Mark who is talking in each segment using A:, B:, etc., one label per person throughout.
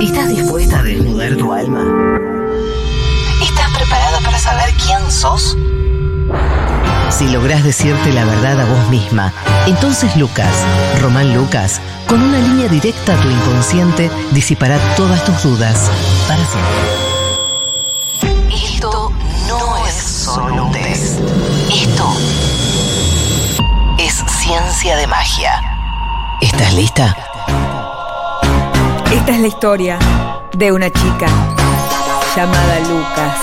A: ¿Estás dispuesta a desnudar tu alma?
B: ¿Estás preparada para saber quién sos?
A: Si lográs decirte la verdad a vos misma, entonces Lucas, Román Lucas, con una línea directa a tu inconsciente, disipará todas tus dudas para siempre.
B: Esto no es solo un test. Esto es ciencia de magia.
A: ¿Estás lista?
C: Esta es la historia de una chica llamada Lucas.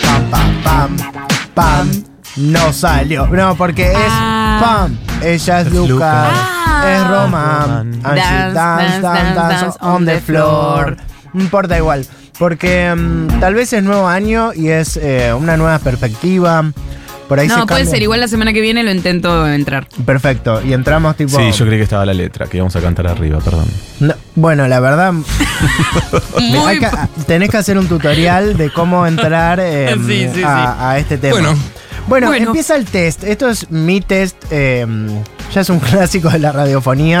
D: Pam, pam, pam, pam. No salió. No, porque es
E: Ah.
D: pam. Ella es
F: Es
D: Lucas.
F: Lucas.
E: Ah.
D: Es Roman.
F: Roman.
D: And she dance, dance, dance, dance on the floor. No importa igual. Porque mm, tal vez es nuevo año y es eh, una nueva perspectiva. Por ahí
E: No,
D: se
E: puede
D: cambia.
E: ser. Igual la semana que viene lo intento entrar.
D: Perfecto. Y entramos tipo.
F: Sí, yo creí que estaba la letra, que íbamos a cantar arriba, perdón.
D: No, bueno, la verdad,
E: Muy
D: hay que- ah, tenés que hacer un tutorial de cómo entrar eh,
E: Sí, sí, sí.
D: a, a este tema.
G: Bueno.
D: Bueno,
E: Bueno.
D: empieza el test. Esto es mi test. eh, ya es un clásico de la radiofonía.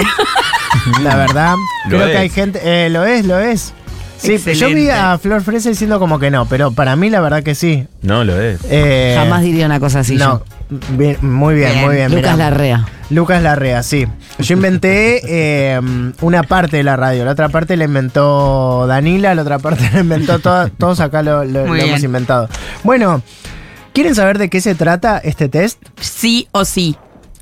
D: la verdad.
F: Lo
D: Creo que
F: es.
D: hay gente. eh, lo es, lo es. Sí, yo vi
E: Excelente.
D: a Flor Fresa diciendo como que no, pero para mí la verdad que sí.
F: No lo es.
D: Eh,
H: Jamás diría una cosa así.
D: No,
H: yo.
D: bien, muy bien, muy bien.
H: Lucas
D: mirá.
H: Larrea.
D: Lucas Larrea, sí. Yo inventé eh, una parte de la radio, la otra parte la inventó Danila, la otra parte la inventó to- todos acá lo, lo-
E: Muy
D: lo hemos
E: bien.
D: inventado. Bueno, ¿quieren saber de qué se trata este test?
E: Sí o sí.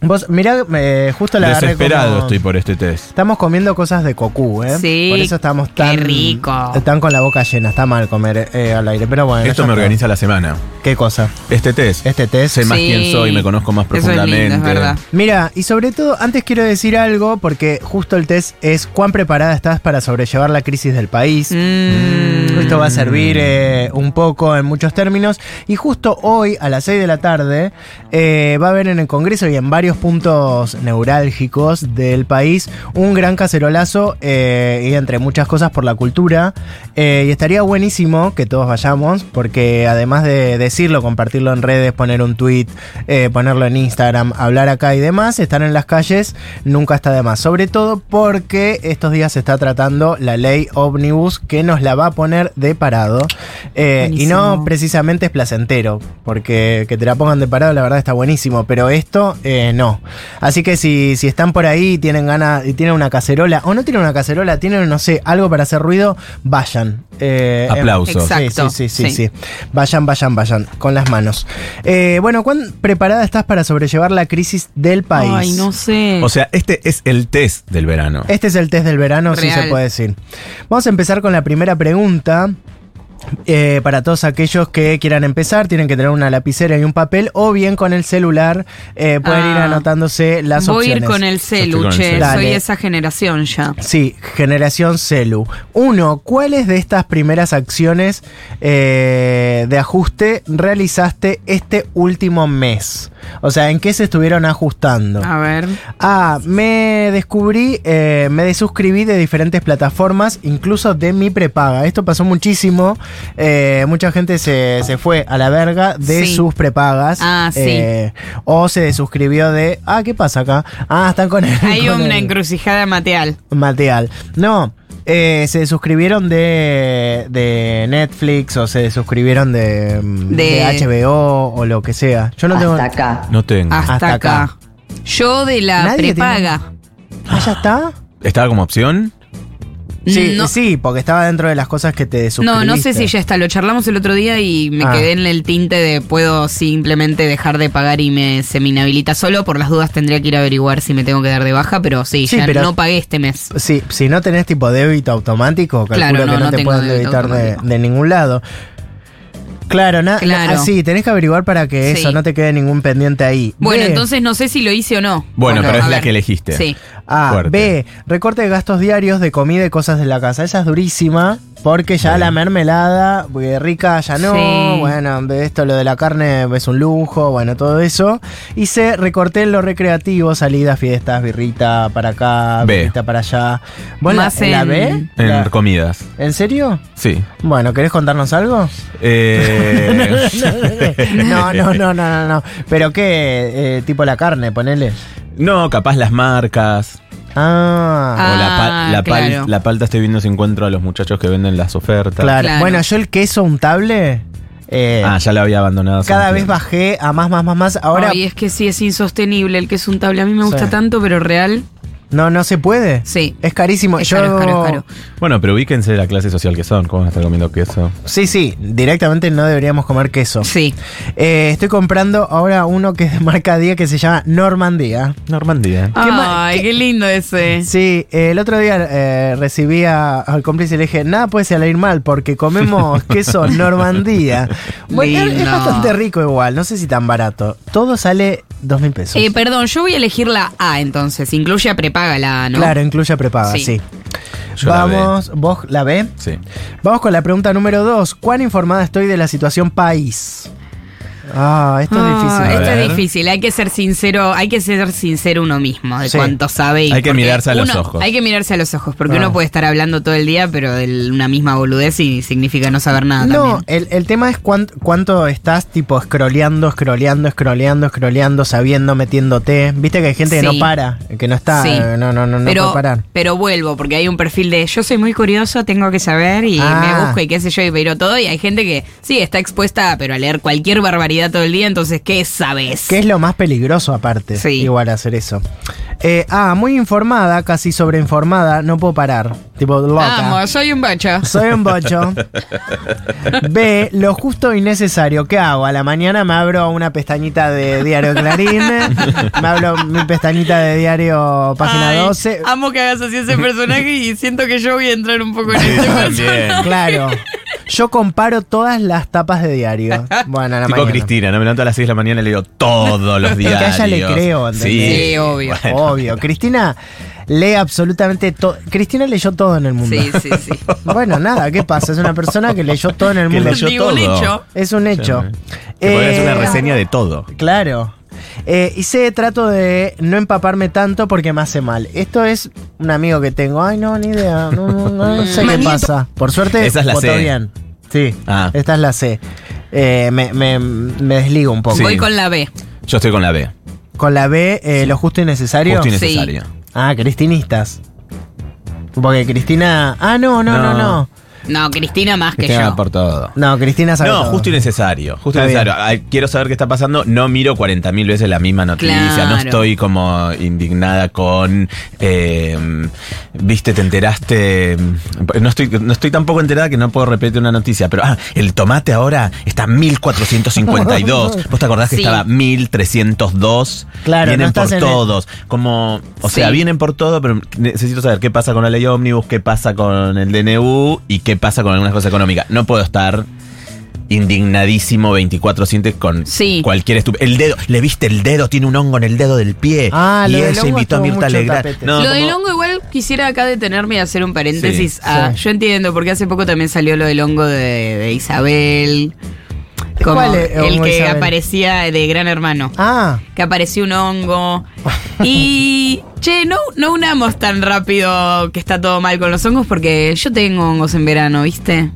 D: Vos, mirá, eh, justo la agarré
F: Desesperado
D: como-
F: estoy por este test.
D: Estamos comiendo cosas de cocú, ¿eh?
E: Sí,
D: Por eso estamos
E: qué
D: tan.
E: rico.
D: Están con la boca llena, está mal comer eh, al aire, pero bueno.
F: Esto
D: ya
F: me
D: está.
F: organiza la semana.
D: ¿Qué cosa?
F: Este test.
D: Este test.
F: Sé más
E: Sí.
F: quién soy, me conozco más
E: Eso es lindo, es
F: profundamente.
E: verdad.
D: Mira, y sobre todo, antes quiero decir algo, porque justo el test es cuán preparada estás para sobrellevar la crisis del país.
E: Mm.
D: Esto va a servir eh, un poco en muchos términos. Y justo hoy, a las 6 de la tarde, eh, va a haber en el Congreso y en varios puntos neurálgicos del país un gran cacerolazo, eh, y entre muchas cosas, por la cultura. Eh, y estaría buenísimo que todos vayamos, porque además de decirlo, compartirlo en redes, poner un tweet, eh, ponerlo en Instagram, hablar acá y demás, estar en las calles nunca está de más. Sobre todo porque estos días se está tratando la ley ómnibus que nos la va a poner de parado. Eh, y no
H: Buenísimo.
D: precisamente es placentero, porque que te la pongan de parado la verdad está buenísimo, pero esto eh, no. Así que si, si están por ahí y tienen ganas y tienen una cacerola, o no tienen una cacerola, tienen, no sé, algo para hacer ruido, vayan. Eh, em-
F: Aplausos.
E: Exacto.
D: Sí, sí, sí, sí,
E: Sí.
D: sí. Vayan, vayan, vayan, con las manos. Eh, bueno, ¿cuán preparada estás para sobrellevar la crisis del país?
E: Ay, no sé.
F: O sea, este es el test del verano.
D: Este es el test del verano, si
E: Real.
D: se puede decir. Vamos a empezar con la primera pregunta. Eh, para todos aquellos que quieran empezar, tienen que tener una lapicera y un papel, o bien con el celular eh, pueden ir
E: Ah.
D: anotándose las
E: Voy a
D: opciones.
E: ir con el
F: Yo estoy con el
E: celuche.
F: celu.
E: Soy
D: Dale.
E: esa generación ya.
D: Sí, generación celu. Uno, ¿cuáles de estas primeras acciones eh, de ajuste realizaste este último mes? O sea, ¿en qué se estuvieron ajustando?
E: A ver.
D: Ah, me descubrí, eh, me desuscribí de diferentes plataformas, incluso de mi prepaga. Esto pasó muchísimo. eh, mucha gente se, se fue a la verga de
E: Sí.
D: sus prepagas.
E: Ah, sí.
D: eh, o se desuscribió de. Ah, ¿qué pasa acá? Ah, están con el.
E: Hay
D: con
E: una
D: el
E: encrucijada material.
D: Material. No. eh, se suscribieron de, de Netflix o se suscribieron de, mm,
E: De-
D: de HBO o lo que sea. Yo no tengo.
B: Hasta acá.
F: No tengo.
E: Hasta,
D: Hasta
E: acá.
D: acá.
E: Yo de la
D: Nadie
E: prepaga.
D: Ah, ya está.
F: ¿Estaba como opción?
D: Sí,
E: no,
D: sí, porque estaba dentro de las cosas que te suscribiste.
E: no, no sé si ya está. Lo charlamos el otro día y me
D: Ah.
E: quedé en el tinte de puedo simplemente dejar de pagar y me, se me inhabilita solo. Por las dudas tendría que ir a averiguar si me tengo que dar de baja, pero sí,
D: Sí,
E: ya
D: pero-
E: no pagué este mes.
D: Sí, si no tenés tipo débito automático, calculo
E: Claro, no,
D: que no,
E: no
D: te
E: tengo
D: pueden
E: débito
D: debitar de,
E: automático.
D: de ningún lado. Claro, nada.
E: Claro.
D: sí, tenés que averiguar para que
E: Sí.
D: eso no te quede ningún pendiente ahí.
E: Bueno,
D: B,
E: entonces no sé si lo hice o no.
F: Bueno,
E: Ok.
F: pero
E: A
F: es la
E: ver.
F: que elegiste.
E: Sí.
D: A.
F: Fuerte.
D: B. Recorte de gastos diarios de comida y cosas de la casa. Esa es durísima. Porque ya la mermelada, eh, rica ya no.
E: Sí.
D: Bueno, de esto lo de la carne es un lujo. Bueno, todo eso. Y C. Recorté en lo recreativo, salidas, fiestas, birrita para acá,
F: B.
D: birrita para allá. ¿Vos
E: Más
D: la, la
E: en-
D: B?
F: En
D: La-
F: comidas.
D: ¿En serio?
F: Sí.
D: Bueno, ¿querés contarnos algo?
F: Eh,
D: no, no, no, no, no, no. ¿Pero qué? Eh, tipo la carne, ponele.
F: no, capaz las marcas.
D: Ah,
E: Ah,
F: o la, pa- la pal-
E: claro.
F: la palta estoy viendo si encuentro a los muchachos que venden las ofertas.
D: claro.
E: claro.
D: Bueno, yo el queso untable, eh,
F: Ah, ya la había abandonado. hace
D: cada
F: un
D: vez
F: tiempo.
D: bajé a más, más, más, más. Ahora,
E: Ay, es que sí, es insostenible el que es un tablet. A mí me gusta
D: Sí.
E: tanto, pero real,
D: no, no se puede.
E: sí.
D: Es carísimo.
E: Es
D: yo,
E: caro, es caro, es caro.
F: Bueno, pero ubíquense de la clase social que son. ¿Cómo van a estar comiendo queso?
D: Sí, sí, directamente no deberíamos comer queso.
E: Sí.
D: Eh, estoy comprando ahora uno que es de marca Día que se llama Normandía.
F: Normandía. ¿eh?
D: ma-
E: Ay, qué lindo ese.
D: Sí, eh, el otro día eh, recibí a- al cómplice y le dije, nada puede salir mal porque comemos queso Normandía. Bueno, es- es
E: Lindo.
D: bastante rico igual, no sé si tan barato. Todo sale dos mil pesos.
E: Eh, perdón, yo voy a elegir la A entonces. Incluye a prepaga la A, ¿no?
D: Claro, incluye prepaga, sí.
E: Sí.
F: Yo la B.
D: Vamos, vos la B.
F: Sí.
D: Vamos con la pregunta número dos. ¿Cuán informada estoy de la situación país? Ah, esto es
E: Ah,
D: difícil.
E: Esto
F: A ver.
E: es difícil, hay que ser sincero, hay que ser sincero uno mismo de
D: Sí. Ah.
E: cuánto sabe. y
F: Hay que
E: porque
F: mirarse a los
E: uno-
F: ojos.
E: Hay que mirarse a los ojos, porque
D: No.
E: uno puede estar hablando todo el día, pero de una misma boludez y significa no saber nada.
D: No,
E: también.
D: el, el tema es cuán- cuánto estás tipo scrolleando, scrolleando, scrolleando, scrolleando, sabiendo, metiéndote. Viste que hay gente que no
E: Sí.
D: para, que no está,
E: Sí.
D: eh, no, no, no, no
E: pero,
D: puede parar.
E: pero vuelvo, porque hay un perfil de yo soy muy curioso, tengo que saber y
D: Ah.
E: me busco y qué sé yo y pero todo. Y hay gente que sí está expuesta, pero a leer cualquier barbaridad todo el día, entonces ¿qué sabes?
D: Que es lo más peligroso aparte,
E: Sí.
D: igual hacer eso. Eh, ah, muy informada, casi sobreinformada, no puedo parar. Tipo, loca.
E: Vamos, soy un bacha.
D: Soy un bocho. B, lo justo y necesario. ¿Qué hago? A la mañana me abro una pestañita de diario Clarín. me abro mi pestañita de diario página
E: Ay, Ah.
D: 12.
E: Amo que hagas así ese personaje y siento que yo voy a entrar un poco en este
F: También.
E: personaje.
D: Claro. Yo comparo todas las tapas de diario. Bueno, a la
F: Tipo
D: mañana.
F: Cristina, no me levanto a las 6 de la mañana y le digo todos los
D: Que
F: días.
D: a ella le creo, ¿entendés? Oh,
E: Sí, obvio.
D: Obvio. Cristina lee absolutamente todo. Cristina leyó todo en el mundo.
E: Sí, sí, sí.
D: Bueno, nada, ¿qué pasa? Es una persona que leyó todo en el
F: Que
D: mundo.
F: leyó
E: Digo,
F: todo.
E: Licho.
D: Es un hecho.
F: Te podría hacer una
D: Eh,
F: reseña de todo.
D: Claro. Eh, hice trato de no empaparme tanto porque me hace mal. Esto es un amigo que tengo. Ay, no, ni idea. No, no, no, no sé qué pasa. Por suerte,
F: Esa es la
D: votó
F: C.
D: bien. Sí,
F: Ah.
D: esta es la C. Eh, me, me- me desligo un poco.
F: Sí.
E: Voy con la B.
F: Yo estoy con la B.
D: Con la B, eh, lo justo y necesario.
F: Justo y
E: Sí.
F: necesario.
D: Ah, cristinistas. Porque Cristina. Ah, no, no, no,
F: No.
D: no.
E: No, Cristina más que
F: Cristina
E: yo.
F: por todo.
D: No, Cristina sabe.
F: No,
D: todo.
F: justo y necesario. Justo y
D: Está
F: necesario. Ay, Quiero saber qué está pasando. No miro 40.000 veces la misma noticia.
E: Claro.
F: No estoy como indignada con. eh, Viste, te enteraste. em, No estoy, no estoy tampoco enterada que no puedo repetir una noticia. Pero, ah, el tomate ahora está 1452. ¿Vos te acordás que
E: Sí.
F: estaba 1302?
D: Claro,
F: Vienen
D: no estás
F: por
D: en el-
F: todos. Como. O
E: Sí.
F: sea, vienen por todo, pero necesito saber qué pasa con la ley ómnibus, qué pasa con el DNU y qué pasa con algunas cosas económicas. No puedo estar indignadísimo 24-7 con
E: Sí.
F: cualquier estupidez. El dedo, le viste el dedo, tiene un hongo en el dedo del pie.
D: Ah,
F: y
D: lo
F: él
D: del
F: se
D: hongo
F: invitó a
D: estuvo
F: Mirta
D: mucho
F: Legrand.
D: tapete.
F: No,
E: lo
F: Ah, como-
E: del hongo igual quisiera acá detenerme y hacer un paréntesis
F: Sí,
E: a-
D: sí.
E: Yo entiendo, porque hace poco también salió lo del hongo de, de Isabel. Como
D: ¿Cuál es el
E: el
D: hongo
E: que
D: Isabel?
E: aparecía de Gran Hermano.
D: Ah,
E: Que apareció un hongo. Y. Che, no, no unamos tan rápido que está todo mal con los hongos, porque yo tengo hongos en verano, ¿viste?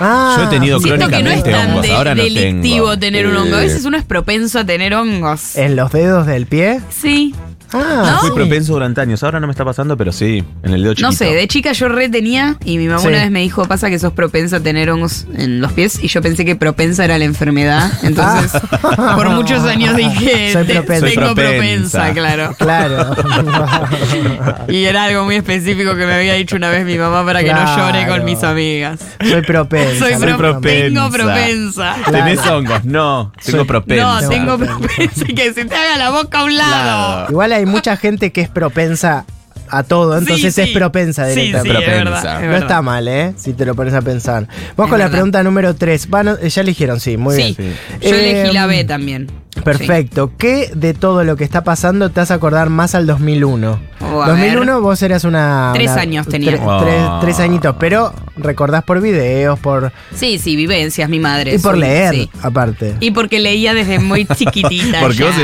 D: ah.
F: Yo he tenido
E: Siento que no es
F: crónicamente
E: tan
F: hongos,
E: de-
F: ahora no
E: delictivo
F: tengo. Eh.
E: tener un hongo. A veces uno es propenso a tener hongos.
D: ¿En los dedos del pie?
E: Sí.
D: Ah,
E: ¿No?
F: Fui
D: sí.
F: propenso durante años. Ahora no me está pasando, pero sí, en el dedo chiquito.
E: No sé, de chica yo re tenía y mi mamá
D: Sí.
E: una vez me dijo, pasa que sos propensa a tener hongos en los pies y yo pensé que propensa era la enfermedad. Entonces,
D: Ah.
E: por muchos años dije,
D: Soy
E: "Te-
D: propensa".
E: tengo
F: Soy propensa.
E: propensa, claro.
D: Claro.
E: Y era algo muy específico que me había dicho una vez mi mamá para que no llore
D: Claro.
E: con mis amigas.
D: Soy propensa.
E: Soy,
F: Soy
E: pro-
F: propensa.
E: Tengo propensa.
F: ¿Tenés
D: Claro.
F: hongos? No, tengo
D: Soy-
F: propensa.
E: No, tengo propensa y que se te haga la boca a un lado.
F: Claro.
D: Igual hay mucha gente que es propensa a todo, entonces
E: Sí,
D: es
E: sí.
D: propensa
E: Sí, sí,
D: directamente.
E: es verdad,
F: Propensa.
E: es
F: No
D: No
E: verdad.
D: está mal, ¿eh? Si te lo pones a pensar. Vamos
E: Es
D: con la
E: verdad.
D: pregunta número 3. ya eligieron, sí, muy
E: Sí.
D: bien.
E: Yo
D: Eh,
E: elegí la B también.
D: Perfecto. ¿Qué de todo lo que está pasando te hace acordar más al 2001?
E: Oh, a
D: 2001
E: ver.
D: vos eras una...
E: Tres
D: una-
E: años tenía.
D: tre- tres-
F: Oh.
D: tres añitos, pero recordás por videos, por...
E: Sí, sí, vivencias, mi madre.
D: Y por
E: sí,
D: leer,
E: sí.
D: aparte.
E: Y porque leía desde muy chiquitita.
F: Porque
E: ya.
F: vos,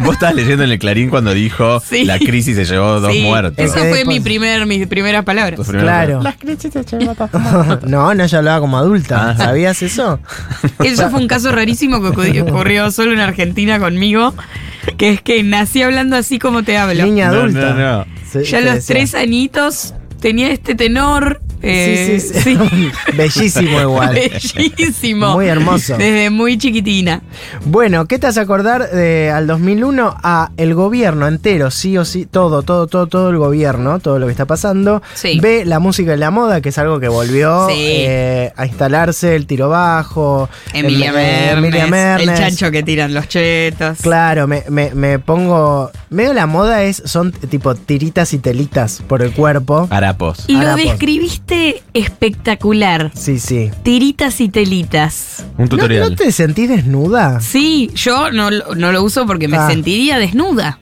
F: vos estabas leyendo en el Clarín cuando dijo
E: Sí.
F: la crisis se llevó dos
E: Sí,
F: muertos.
E: Esa
D: Que
E: fue
D: después-
E: mi primer, mis primeras
F: Tus
E: palabras.
F: primeras-
D: Claro. no, no, yo hablaba como adulta.
F: Ah.
D: ¿Sabías eso?
E: Eso fue un caso rarísimo que ocurrió- ocurrió solo en Argentina conmigo, que es que nací hablando así como te hablo.
D: Niña
F: No,
D: adulta.
F: no, no.
D: Se-
E: ya a
D: se
E: los
D: decía.
E: tres añitos tenía este tenor. eh,
D: Sí, sí, sí. Bellísimo igual.
E: Bellísimo.
D: Muy hermoso.
E: Desde muy chiquitina.
D: Bueno, ¿qué te hace acordar de, al 2001 a el gobierno entero, sí o sí, todo, todo, todo, todo el gobierno, todo lo que está pasando?
E: Sí.
D: Ve la música y la moda, que es algo que volvió
E: Sí.
D: eh, a instalarse, el tiro bajo,
E: Emilia
D: em- eh,
E: Mernes,
D: Emilia
E: El
D: Mernes.
E: chancho que tiran los chetos.
D: Claro, me, me, me pongo. Medio la moda es son t- tipo tiritas y telitas por el cuerpo.
F: Ah. Harapos.
E: Y lo
D: Harapos.
E: describiste espectacular.
D: Sí, sí.
E: Tiritas y telitas.
F: Un
D: ¿No,
F: tutorial.
D: no te sentís desnuda?
E: Sí, yo no, lo- no lo uso porque me
D: Ah.
E: sentiría desnuda.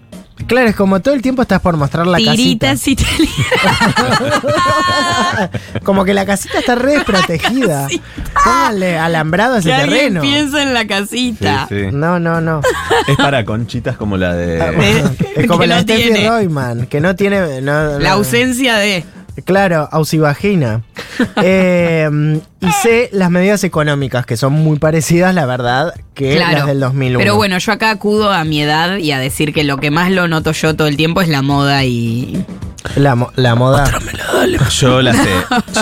D: Claro, es como todo el tiempo estás por mostrar la
E: Tiritas y telitas.
D: casita. Como que la casita está re desprotegida.
E: casita.
D: Pónganle alambrado a ese
E: que alguien
D: terreno.
E: piensa en la casita.
F: Sí, sí.
D: No, no, no.
F: Es para conchitas como la
D: Ah,
F: de.
D: Es como
E: Eh, Que
D: la
E: no
D: Steffi
E: tiene.
D: Royman, que no tiene. no-
E: La
D: no-
E: ausencia de.
D: Claro, ausivagina. Eh, y sé las medidas económicas, que son muy parecidas, la verdad, que
E: Claro.
D: las del 2001.
E: Pero bueno, yo acá acudo a mi edad y a decir que lo que más lo noto yo todo el tiempo es la moda y.
D: La, mo- la moda.
F: Yo las sé.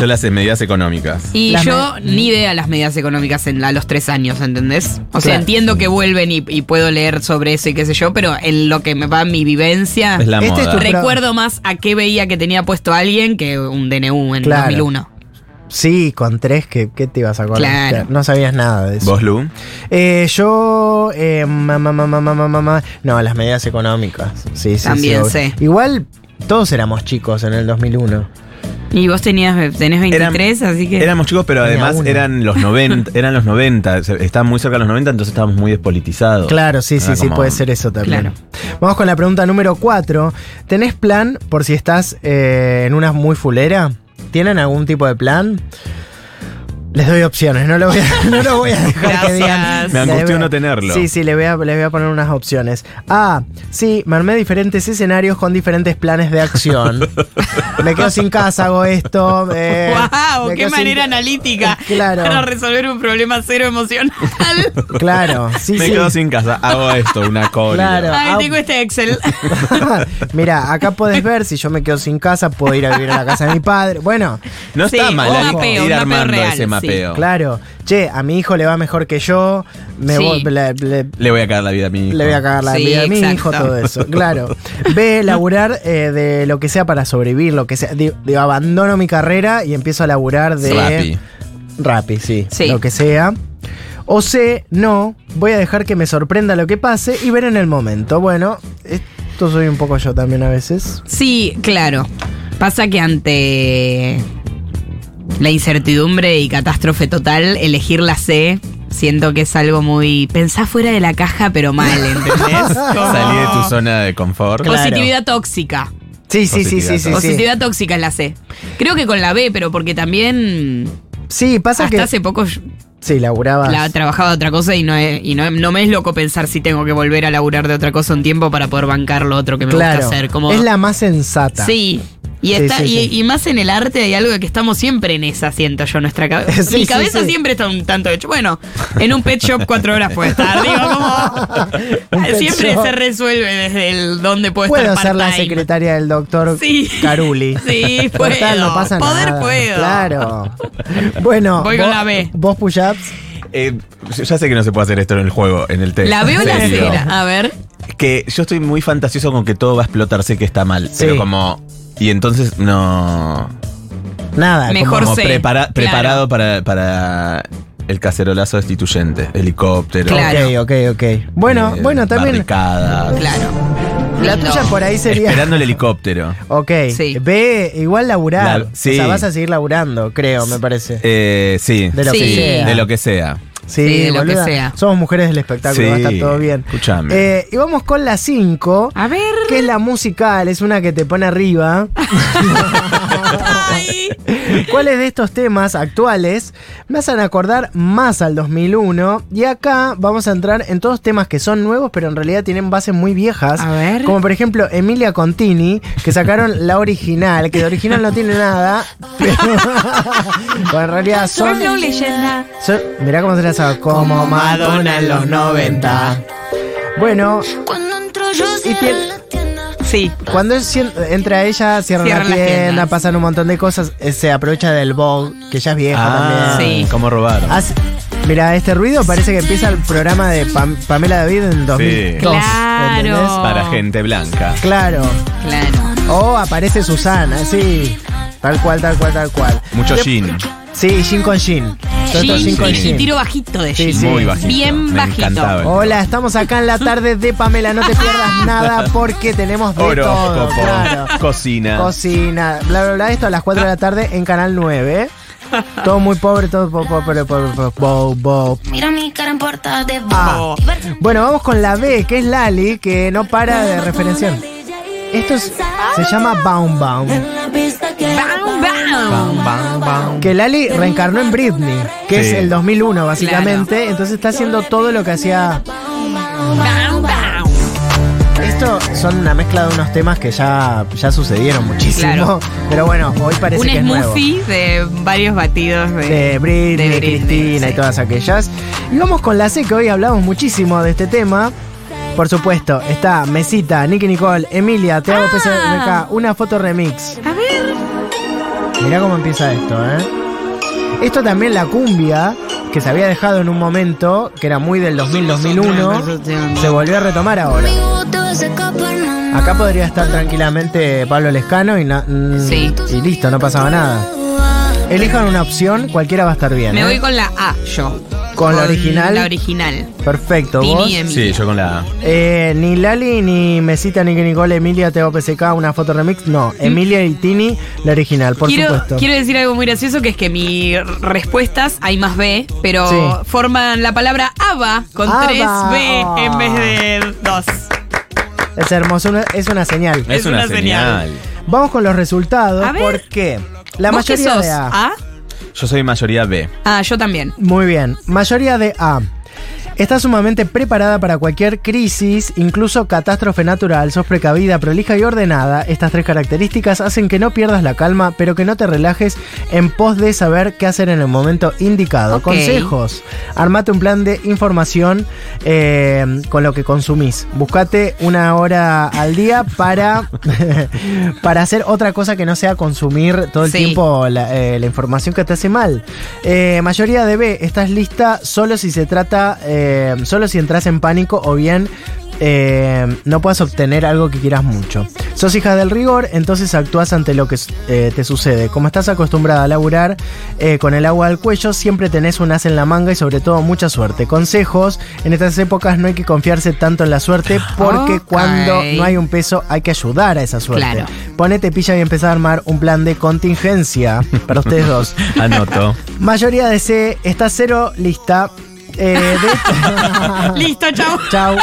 F: Yo las sé, medidas económicas.
E: Y
D: Las
E: yo
D: me-
E: ni idea las medidas económicas en, a los tres años, ¿entendés? O sea,
D: Claro.
E: entiendo que vuelven y, y puedo leer sobre eso y qué sé yo, pero en lo que me va mi vivencia.
F: Es la
D: Este es
F: moda.
D: tu-
E: Recuerdo más a qué veía que tenía puesto alguien que un DNU en
D: Claro.
E: 2001.
D: Sí, con tres, ¿qué, qué te ibas a acordar?
E: Claro.
D: Claro, No sabías nada de eso.
F: ¿Vos, Lu?
D: Eh, yo. Eh, ma, ma, ma, ma, ma, ma, ma, ma. No, las medidas económicas. Sí, sí, sí,
E: También
D: obvio.
E: sé.
D: Igual todos éramos chicos en el 2001.
E: Y vos tenías, tenés 23,
F: Eran-
E: así que.
F: Éramos chicos, pero
D: Tenía
F: además
D: uno.
F: eran los 90, eran los 90, se- estaban muy cerca de los 90, entonces estábamos muy despolitizados.
D: Claro, sí, sí,
F: Era
D: sí,
F: como-
D: puede ser eso también.
E: Claro.
D: Vamos con la pregunta número 4. ¿Tenés plan por si estás eh, en una muy fulera? ¿Tienen algún tipo de plan? Les doy opciones, no lo voy a, no lo voy a dejar que
E: Gracias.
D: digan.
F: Me
D: Le
F: angustió
D: voy a-
F: no tenerlo.
D: Sí, sí, les voy, a, les voy a poner unas opciones. A. Sí, me armé diferentes escenarios con diferentes planes de acción. me quedo sin casa, hago esto. eh,
E: ¡Wow!
D: me
E: ¡Qué
D: quedo sin-
E: manera analítica!
D: Claro.
E: Para resolver un problema cero emocional.
D: Claro, sí,
F: Me
D: sí.
F: quedo sin casa, hago esto, una cola.
D: Claro.
E: Ay,
D: Ah.
E: tengo este Excel.
D: Mira, acá podés ver si yo me quedo sin casa, puedo ir a vivir a la casa de mi padre. Bueno,
F: No está
E: Sí,
F: mal
E: un
F: Ari,
E: mapeo, un
F: ir
E: mapeo
F: armando
E: real,
F: ese
E: sí.
F: mapeo.
D: claro. Che, a mi hijo le va mejor que yo, me
E: Sí.
D: voy- le, le-
F: Le voy a cagar la vida a mi hijo.
D: le voy a cagar la
E: Sí,
D: vida a mi
E: exacto.
D: hijo, todo eso. Claro. Ve, laburar eh, de lo que sea para sobrevivir, lo que sea. Digo, digo, abandono mi carrera y empiezo a laburar de.
F: Rappi.
D: Rappi, sí.
E: Sí.
D: Lo que sea. O C, no, voy a dejar que me sorprenda lo que pase y ver en el momento. Bueno, esto soy un poco yo también a veces.
E: Sí, claro. Pasa que ante la incertidumbre y catástrofe total, elegir la C, siento que es algo muy. Pensás fuera de la caja, pero mal, ¿entendés? Como-
F: Salí de tu zona de confort.
D: Claro.
E: Positividad tóxica.
D: Sí, sí, sí, sí, sí. sí.
E: Positividad tóxica es la C. Creo que con la B, pero porque también
D: Sí, pasa
E: hasta
D: que.
E: hace poco yo-
D: Sí, laburabas.
E: la trabajaba otra cosa y no es, y no, no me es loco pensar si tengo que volver a laburar de otra cosa un tiempo para poder bancar lo otro que me
D: claro.
E: gusta hacer. Como
D: Es la más sensata.
E: Sí. Y,
D: Sí,
E: está,
D: sí,
E: y-
D: sí.
E: Y, más en el arte hay algo que estamos siempre en esa, siento yo, nuestra cabeza.
D: Sí, sí,
E: Mi cabeza
D: sí.
E: siempre está un tanto hecho. Bueno, en un pet shop cuatro horas puede estar. Digo,
D: Un
E: como.
D: pet
E: siempre
D: shop.
E: se resuelve desde el dónde puedo,
D: Puedo
E: estar.
D: ser la
E: part-time.
D: secretaria del doctor
E: Sí.
D: Caruli.
E: Sí,
D: Total,
E: puedo.
D: no pasa
E: Poder
D: nada.
E: puedo.
D: Claro. Bueno.
E: Voy con
D: vos-
E: la B.
D: Vos push-ups.
F: Eh, ya sé que no se puede hacer esto en el juego, en el texto.
E: ¿La veo o la
F: Serio.
E: cera? A ver.
F: Que yo estoy muy fantasioso con que todo va a explotar, sé que está mal.
D: Sí.
F: Pero como. Y entonces no.
D: Nada.
E: Mejor
F: como
E: sé,
F: prepara-
E: claro.
F: preparado para, para el cacerolazo destituyente, helicóptero.
E: Claro.
D: como- Ok, ok, ok. Bueno,
F: eh,
D: bueno, también.
F: barricadas.
E: Claro.
D: La
E: Lindo.
D: tuya por ahí sería.
F: Esperando el helicóptero.
D: Ok.
E: Sí.
D: B, igual laburar.
F: La- sí.
D: O sea, vas a seguir laburando, creo, me parece.
F: Eh, sí.
D: De lo
E: Sí.
D: que sea.
F: De lo que sea.
D: Sí,
E: Sí, de lo
D: boluda.
E: que sea.
D: Somos mujeres del espectáculo,
F: Sí,
D: va a estar todo bien.
F: escúchame.
D: Eh, y vamos con la 5,
E: A ver.
D: que es la musical, es una que te pone arriba.
E: Ay.
D: ¿Cuáles de estos temas actuales me hacen acordar más al 2001? Y acá vamos a entrar en todos temas que son nuevos, pero en realidad tienen bases muy viejas.
E: A ver.
D: Como por ejemplo Emilia Contini, que sacaron la original, que de original no tiene nada. Pero, pero en realidad son...
E: Pueblo leyenda.
D: son- mirá cómo se las hago. Como Madonna en los 90. Bueno,
G: Cuando entro yo
D: Y
G: cierro
D: tiene-
G: la tienda.
E: Sí.
D: Cuando es- entra ella, cierran,
E: Cierran
D: la
E: las
D: tienda,
E: tiendas.
D: pasan un montón de cosas, eh, se aprovecha del Vogue, que ya es viejo
F: Ah,
D: también. Ah.
E: Sí.
F: ¿Cómo robaron?
D: Hace- Mira, este ruido parece que empieza el programa de Pam- Pamela David en 2002.
E: Claro.
D: ¿entendés?
F: Para gente blanca.
D: Claro.
E: Claro.
D: O aparece Susana, sí. Tal cual, tal cual, tal cual.
F: Mucho jean.
D: Sí, Jin con Jin. Todo esto
E: Jean,
D: Jin con
E: y
D: Jin.
E: tiro bajito de
D: Sí,
E: jean.
D: sí.
F: Muy bajito.
E: Bien
F: Me
E: bajito.
F: encantaba.
D: Hola, estamos acá en la tarde de Pamela. No te pierdas nada porque tenemos de todo.
F: Horóscopo,
D: Claro.
F: cocina.
D: Cocina, bla, bla, bla. Esto a las 4 de la tarde en Canal 9. Todo muy pobre, todo po- po- pobre, pobre, pobre, bo- bo-
G: Mira mi cara en portada de
D: ah. Bueno, vamos con la B, que es Lali, que no para de referenciar. Esto es- se llama Baum Baum.
E: Bam, bam.
D: Que Lali reencarnó en Britney, que
F: Sí.
D: es el 2001 básicamente. Entonces está haciendo todo lo que hacía.
E: Bam, bam.
D: Esto son una mezcla de unos temas que ya, ya sucedieron muchísimo.
E: Claro.
D: Pero bueno, hoy parece
E: Un
D: que es nuevo.
E: smoothie de varios batidos de,
D: de Britney,
E: de Britney,
D: Cristina y
E: sí.
D: todas aquellas. Y vamos con la C, que hoy hablamos muchísimo de este tema. Por supuesto, está Mesita, Nicky Nicole, Emilia, Te hago
E: Ah.
D: PCBK, una foto remix.
E: A ver.
D: Mirá cómo empieza esto, ¿eh? Esto también la cumbia, que se había dejado en un momento, que era muy del 2000-2001, se volvió a retomar ahora. Acá podría estar tranquilamente Pablo Lescano y, na- mm,
E: Sí.
D: y listo, no pasaba nada. Elijan una opción, cualquiera va a estar bien.
E: Me
D: ¿eh?
E: voy con la A, yo.
D: ¿Con la original?
E: La original.
D: Perfecto,
E: Tini
D: vos.
E: y Emilia.
F: Sí, yo con la.
D: Eh, ni Lali, ni Mesita, ni Nicole, Emilia, Teo PSK, una foto remix. No, Emilia y Tini, la original, por
E: Mm. quiero,
D: supuesto.
E: quiero decir algo muy gracioso que es que mis respuestas hay más B, pero
D: Sí.
E: forman la palabra ABA con
D: ABBA.
E: tres B en vez de dos.
D: Es hermoso, una- es una señal.
F: Es, una,
E: una
F: señal.
D: Vamos con los resultados,
E: Eh. A ver.
D: porque la
E: ¿Vos qué
D: mayoría
E: sos?
D: de A.
E: ¿A?
F: Yo soy mayoría B.
E: Ah, yo también.
D: Muy bien, mayoría de A. Está sumamente preparada para cualquier crisis, incluso catástrofe natural, sos precavida, prolija y ordenada. Estas tres características hacen que no pierdas la calma, pero que no te relajes en pos de saber qué hacer en el momento indicado.
E: Ok.
D: Consejos. Armate un plan de información eh, con lo que consumís. Buscate una hora al día para, para hacer otra cosa que no sea consumir todo el
E: Sí.
D: tiempo la, eh, la información que te hace mal. Eh, mayoría de B, estás lista solo si se trata, eh, solo si entras en pánico o bien eh, no puedas obtener algo que quieras mucho. Sos hija del rigor, entonces actúas ante lo que eh, te sucede. Como estás acostumbrada a laburar eh, con el agua al cuello, siempre tenés un as en la manga y sobre todo mucha suerte. Consejos, en estas épocas no hay que confiarse tanto en la suerte porque
E: Ok.
D: cuando no hay un peso hay que ayudar a esa suerte.
E: Claro.
D: Ponete pilla y empezá a armar un plan de contingencia para ustedes dos.
F: Anoto.
D: Mayoría de C está cero lista. Eh, de-
E: Listo, chao.
D: Chau.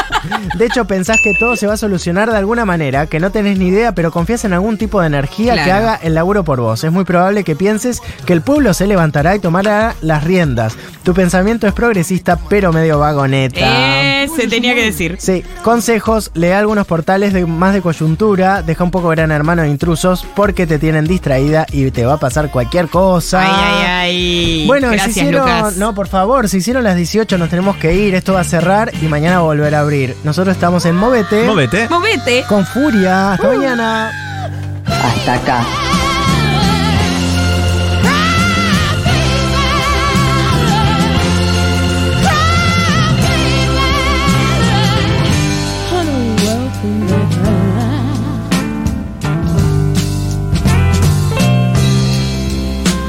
D: De hecho, pensás que todo se va a solucionar de alguna manera, que no tenés ni idea, pero confías en algún tipo de energía que
E: Claro.
D: haga el laburo por vos. Es muy probable que pienses que el pueblo se levantará y tomará las riendas. Tu pensamiento es progresista, pero medio vagoneta.
E: Eh, se tenía que decir.
D: Sí, consejos, lea algunos portales de más de coyuntura, deja un poco gran hermano de intrusos porque te tienen distraída y te va a pasar cualquier cosa.
E: Ay, ay, ay.
D: Bueno,
E: Gracias,
D: se hicieron,
E: Lucas.
D: no, por favor, se hicieron las 18, nos tenemos que ir, esto va a cerrar y mañana volver a abrir. Nosotros estamos en Movete.
F: Movete.
E: Movete.
D: Con furia, hasta
E: Uh.
D: mañana.
A: Hasta acá.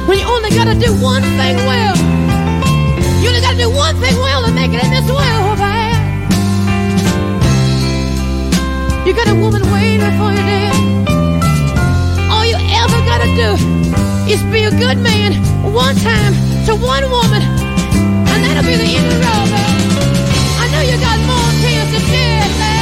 H: When you only gotta do one thing well. You only gotta do one thing well to make it in this world, man. You got a woman waiting for you there. All you ever gotta do is be a good man one time to one woman, and that That'll be the end of it. I know you got more tears to shed, man.